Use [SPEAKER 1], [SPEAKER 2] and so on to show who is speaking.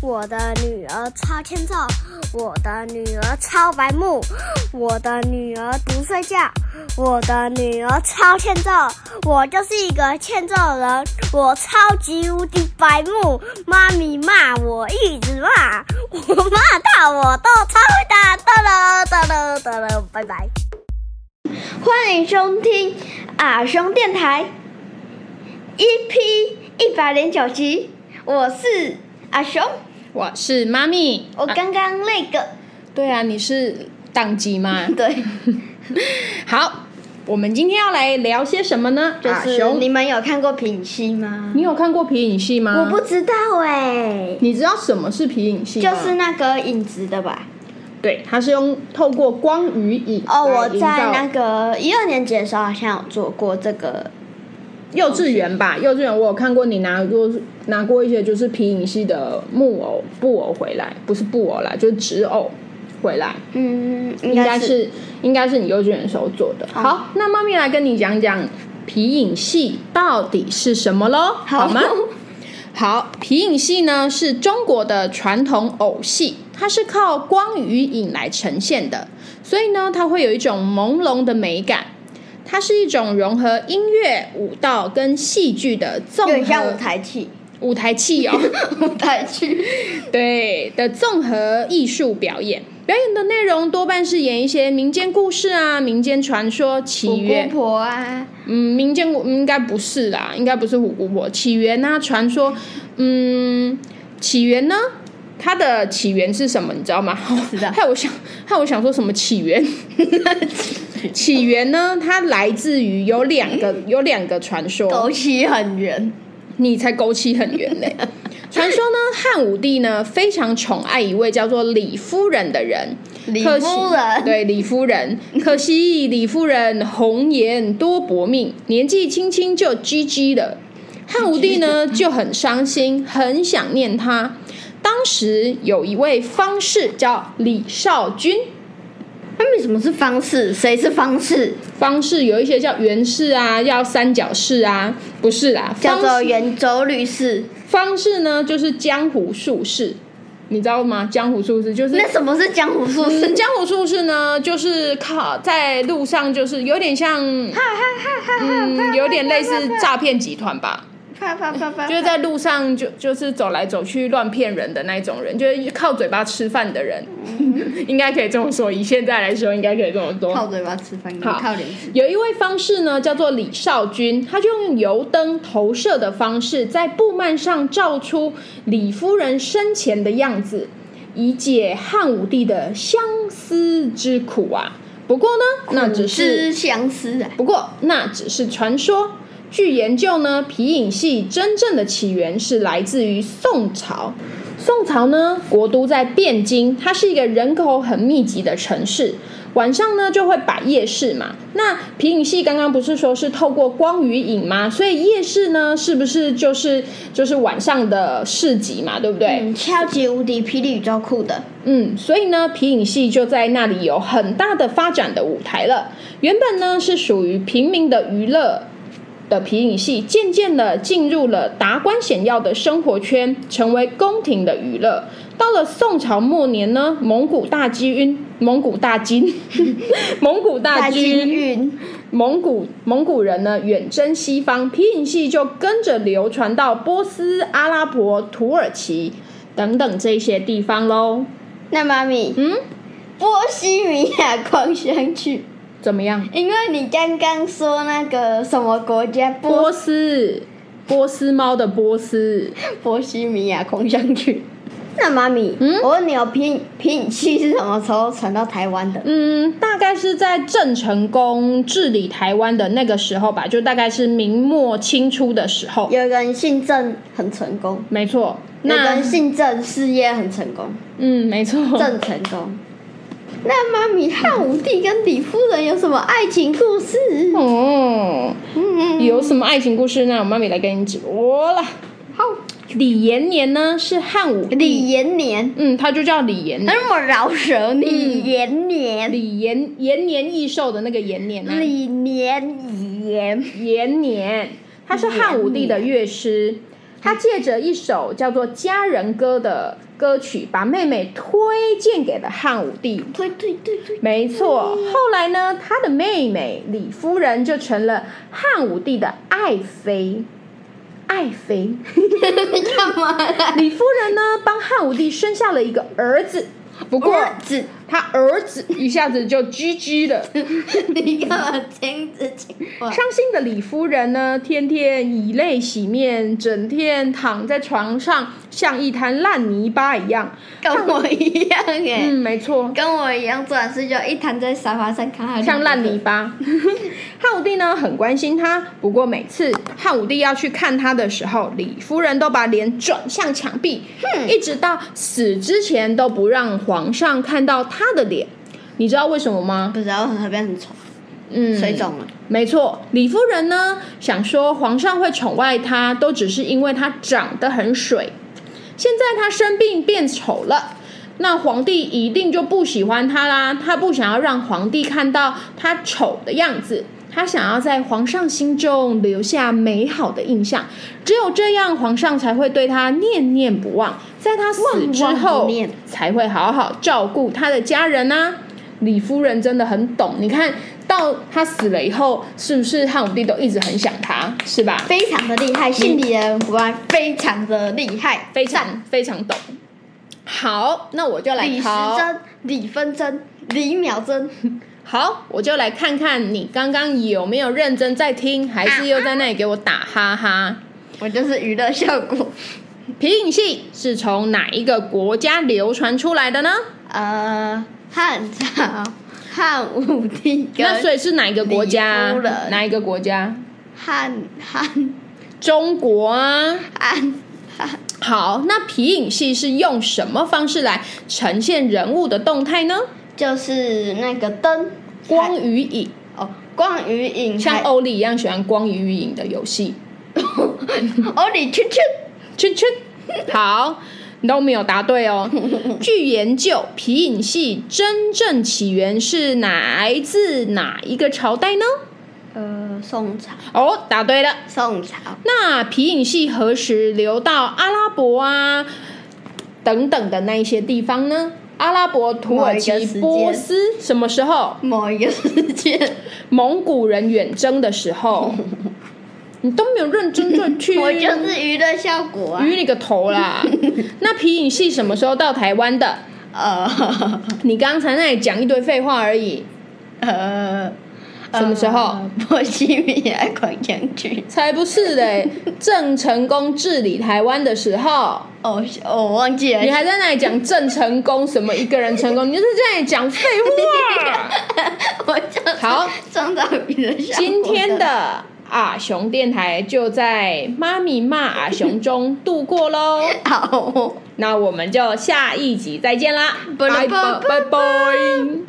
[SPEAKER 1] 我的女儿超欠揍，我的女儿超白目，我的女儿不睡觉，我的女儿超欠揍，我就是一个欠揍人，我超级无敌白目，妈咪骂我一直骂，我骂到我都超会打，哒了哒了哒了，拜拜。
[SPEAKER 2] 欢迎收听阿兄电台，EP 一百零九集，我是阿雄。
[SPEAKER 3] 我是妈咪。
[SPEAKER 2] 我
[SPEAKER 3] 啊
[SPEAKER 2] 刚刚那个，
[SPEAKER 3] 对啊，你是宕机吗？
[SPEAKER 2] 对，
[SPEAKER 3] 好，我们今天要来聊些什么呢？
[SPEAKER 2] 就
[SPEAKER 3] 阿
[SPEAKER 2] 是
[SPEAKER 3] 雄
[SPEAKER 2] 你，们有看过品戏吗？
[SPEAKER 3] 你有看过皮影戏吗？
[SPEAKER 2] 我不，知道哎、
[SPEAKER 3] 你知道什么是皮影戏吗？
[SPEAKER 2] 就是那个影子的吧？
[SPEAKER 3] 对，它是用透过光与影
[SPEAKER 2] 哦，
[SPEAKER 3] 来
[SPEAKER 2] 我
[SPEAKER 3] 营造
[SPEAKER 2] 在那个一二年级的时候好像有做过这个，
[SPEAKER 3] 幼稚园吧，幼稚园我有看过你拿过拿过一些就是皮影戏的木偶布偶回来，不是布偶啦，就是纸偶回来，
[SPEAKER 2] 嗯，应
[SPEAKER 3] 应
[SPEAKER 2] 该
[SPEAKER 3] 该
[SPEAKER 2] 是
[SPEAKER 3] 是应该是你幼稚园时候做的。
[SPEAKER 2] 哦
[SPEAKER 3] 好，那妈咪来跟你讲讲皮影戏到底是什么喽，
[SPEAKER 2] 好
[SPEAKER 3] 吗？好，皮影戏呢是中国的传统偶戏，它是靠光与影来呈现的，所以呢，它会有一种朦胧的美感。它是一种融合音乐、舞蹈跟戏剧的综
[SPEAKER 2] 有
[SPEAKER 3] 合
[SPEAKER 2] 点像舞台剧，
[SPEAKER 3] 舞台戏 哦，
[SPEAKER 2] 舞台剧，
[SPEAKER 3] 对的综合艺术表演。表演的内容多半是演一些民间故事啊、民间传说、起
[SPEAKER 2] 虎姑
[SPEAKER 3] 源，
[SPEAKER 2] 婆啊，
[SPEAKER 3] 嗯，民间故嗯应该不是啦，应该不是虎姑婆起源啊，传说，嗯，起源呢，它的起源是什么？你知道吗？
[SPEAKER 2] 知道
[SPEAKER 3] 害我想，害我想说什么起源？起源呢，它来自于有两个有两个传说，
[SPEAKER 2] 枸杞很圆，
[SPEAKER 3] 你才枸杞很远 嘞。传说呢，汉武帝呢非常宠爱一位叫做李夫人的人，
[SPEAKER 2] 李
[SPEAKER 3] 可惜
[SPEAKER 2] 夫人
[SPEAKER 3] 对李夫人，可惜李夫人红颜多薄命，年纪轻轻就 GG 了。汉武帝呢就很伤心，很想念她。当时有一位方士叫李少君，
[SPEAKER 2] 他们什么是方式？谁是方式？
[SPEAKER 3] 方士有一些叫袁氏啊，叫三角氏啊，不是啦，
[SPEAKER 2] 叫
[SPEAKER 3] 方
[SPEAKER 2] 做
[SPEAKER 3] 士
[SPEAKER 2] 圆周率式。
[SPEAKER 3] 方式呢，就是江湖术士，你知道吗？江湖术士就是
[SPEAKER 2] 那什么是江湖术士？
[SPEAKER 3] 江湖术士呢，就是靠在路上，就是有点像，嗯，有点类似诈骗集团吧，
[SPEAKER 2] 啪啪啪啪，
[SPEAKER 3] 就是在路上就就是走来走去乱骗人的那一种人，就是靠嘴巴吃饭的人， 应该可以这么说。以现在来说，应该可以这么说。
[SPEAKER 2] 靠嘴巴吃饭，
[SPEAKER 3] 好
[SPEAKER 2] 靠脸吃。
[SPEAKER 3] 有一位方士呢，叫做李少君，他就用油灯投射的方式，在布幔上照出李夫人生前的样子，以解汉武帝的相思之苦啊。不过呢，那只
[SPEAKER 2] 吃
[SPEAKER 3] 是
[SPEAKER 2] 相思啊，
[SPEAKER 3] 不过那只是传说。据研究呢，皮影戏真正的起源是来自于宋朝。宋朝呢，国都在汴京，它是一个人口很密集的城市。晚上呢就会摆夜市嘛。那皮影戏刚刚不是说是透过光与影吗？所以夜市呢，是不是就是就是晚上的市集嘛，对不对？
[SPEAKER 2] 嗯，超级无敌霹雳宇宙酷的，
[SPEAKER 3] 嗯，所以呢，皮影戏就在那里有很大的发展的舞台了。原本呢是属于平民的娱乐的皮影戏，渐渐的进入了达官显要的生活圈，成为宫廷的娱乐。到了宋朝末年呢，蒙古大金晕，蒙古大金，蒙古大
[SPEAKER 2] 大
[SPEAKER 3] 军
[SPEAKER 2] 金运，
[SPEAKER 3] 蒙古蒙古人呢远征西方，皮影戏就跟着流传到波斯、阿拉伯、土耳其等等这些地方喽。
[SPEAKER 2] 那妈咪，
[SPEAKER 3] 嗯，
[SPEAKER 2] 波西米亚狂想曲，
[SPEAKER 3] 怎么样？
[SPEAKER 2] 因为你刚刚说那个什么国家波
[SPEAKER 3] 波斯，波斯猫的波斯，
[SPEAKER 2] 波西米亚狂想曲，那妈咪，
[SPEAKER 3] 嗯
[SPEAKER 2] 我问你哦，皮影皮影戏是什么时候传到台湾的？
[SPEAKER 3] 嗯，大概是在郑成功治理台湾的那个时候吧，就大概是明末清初的时候。
[SPEAKER 2] 有一个人姓郑很成功，
[SPEAKER 3] 没错，
[SPEAKER 2] 有一个
[SPEAKER 3] 那
[SPEAKER 2] 人姓郑事业很成功，
[SPEAKER 3] 嗯，没错，
[SPEAKER 2] 郑成功。那妈咪，汉武帝跟李夫人有什么爱情故事？
[SPEAKER 3] 哦，
[SPEAKER 2] 嗯，
[SPEAKER 3] 有什么爱情故事呢？我妈咪来跟你直播了。
[SPEAKER 2] 好，
[SPEAKER 3] 李延年呢是汉武帝，
[SPEAKER 2] 李延年，
[SPEAKER 3] 嗯，他就叫李延
[SPEAKER 2] 他
[SPEAKER 3] 年，
[SPEAKER 2] 那么饶舌，李延年，
[SPEAKER 3] 李延延年益寿的那个延年啊，
[SPEAKER 2] 李延年，
[SPEAKER 3] 延年，他是汉武帝的乐师，他借着一首叫做《佳人歌》的歌曲，把妹妹推荐给了汉武帝。
[SPEAKER 2] 对对对对，
[SPEAKER 3] 没错，后来呢，他的妹妹李夫人就成了汉武帝的爱妃。爱妃
[SPEAKER 2] 干嘛啦？
[SPEAKER 3] 李夫人呢，帮汉武帝生下了一个儿子。不过，
[SPEAKER 2] 儿子，
[SPEAKER 3] 他儿子一下子就 GG 了。
[SPEAKER 2] 你干嘛亲自亲话？
[SPEAKER 3] 伤心的李夫人呢，天天以泪洗面，整天躺在床上，像一滩烂泥巴一样。
[SPEAKER 2] 跟我一样哎、
[SPEAKER 3] 嗯，没错，
[SPEAKER 2] 跟我一样，做完事就一躺在沙发上看哈利波特
[SPEAKER 3] 像烂泥。巴。汉武帝呢很关心他，不过每次汉武帝要去看他的时候，李夫人都把脸转向墙壁，一直到死之前都不让皇上看到他的脸。你知道为什么吗？
[SPEAKER 2] 不知道为什么变成虫，
[SPEAKER 3] 嗯，
[SPEAKER 2] 水肿了。
[SPEAKER 3] 没错，李夫人呢想说皇上会宠爱她，都只是因为她长得很水。现在她生病变丑了，那皇帝一定就不喜欢她啦。她不想要让皇帝看到她丑的样子，她想要在皇上心中留下美好的印象。只有这样，皇上才会对她念念不忘，在她死之
[SPEAKER 2] 忘忘
[SPEAKER 3] 后
[SPEAKER 2] 不念
[SPEAKER 3] 才会好好照顾她的家人啊。李夫人真的很懂，你看到她死了以后，是不是汉武帝都一直很想她，是吧？
[SPEAKER 2] 非常的厉害，姓李的人果然非常的厉害，
[SPEAKER 3] 非常非常懂。好，那我就来
[SPEAKER 2] 李时
[SPEAKER 3] 考。
[SPEAKER 2] 珍、李纷争、李秒针，
[SPEAKER 3] 好，我就来看看你刚刚有没有认真在听，还是又在那里给我打哈哈。
[SPEAKER 2] 我就是娱乐效果。
[SPEAKER 3] 皮影戏是从哪一个国家流传出来的呢？
[SPEAKER 2] 呃，汉朝汉武帝
[SPEAKER 3] 那所
[SPEAKER 2] 跟
[SPEAKER 3] 以是哪一个国家
[SPEAKER 2] 李夫？人
[SPEAKER 3] 哪一个国家？
[SPEAKER 2] 汉汉
[SPEAKER 3] 中国啊。
[SPEAKER 2] 汉汉
[SPEAKER 3] 好，那皮影戏是用什么方式来呈现人物的动态呢？
[SPEAKER 2] 就是那个灯还
[SPEAKER 3] 光与影，
[SPEAKER 2] 哦，光与影
[SPEAKER 3] 像
[SPEAKER 2] 还
[SPEAKER 3] 欧丽一样喜欢光与影的游戏。
[SPEAKER 2] 哦，李圈圈
[SPEAKER 3] 圈圈，好，你都没有答对哦。据研究，皮影戏真正起源是哪来自哪一个朝代呢？
[SPEAKER 2] 呃，宋朝
[SPEAKER 3] 哦，答对了。
[SPEAKER 2] 宋朝
[SPEAKER 3] 那皮影戏何时流到阿拉伯啊等等的那一些地方呢？阿拉伯、土耳
[SPEAKER 2] 某一
[SPEAKER 3] 其
[SPEAKER 2] 个时、间
[SPEAKER 3] 波斯什么时候？
[SPEAKER 2] 某一个时间，
[SPEAKER 3] 蒙古人远征的 时候，你都没有认真的去，
[SPEAKER 2] 我就是娱乐效果啊。
[SPEAKER 3] 晕你个 头啦！那皮影戏什么时候到台湾的？
[SPEAKER 2] 呃
[SPEAKER 3] 你刚才那里讲一堆废话而已，
[SPEAKER 2] 呃，
[SPEAKER 3] 什么时候
[SPEAKER 2] 呃？ 波西米亚狂想曲。
[SPEAKER 3] 才不 是嘞！郑成功治理台湾的时候，
[SPEAKER 2] 哦，哦我忘记了
[SPEAKER 3] 你。还在那里讲郑成功什么一个人成功，你就是在那里讲废 话。
[SPEAKER 2] 我就是
[SPEAKER 3] 好
[SPEAKER 2] 创造娱乐效果。
[SPEAKER 3] 今天的阿雄电台就在妈咪骂阿雄中度过喽，
[SPEAKER 2] 好。
[SPEAKER 3] 那我们就下一集再见啦，
[SPEAKER 2] 拜
[SPEAKER 3] 拜
[SPEAKER 2] 拜
[SPEAKER 3] 拜拜拜。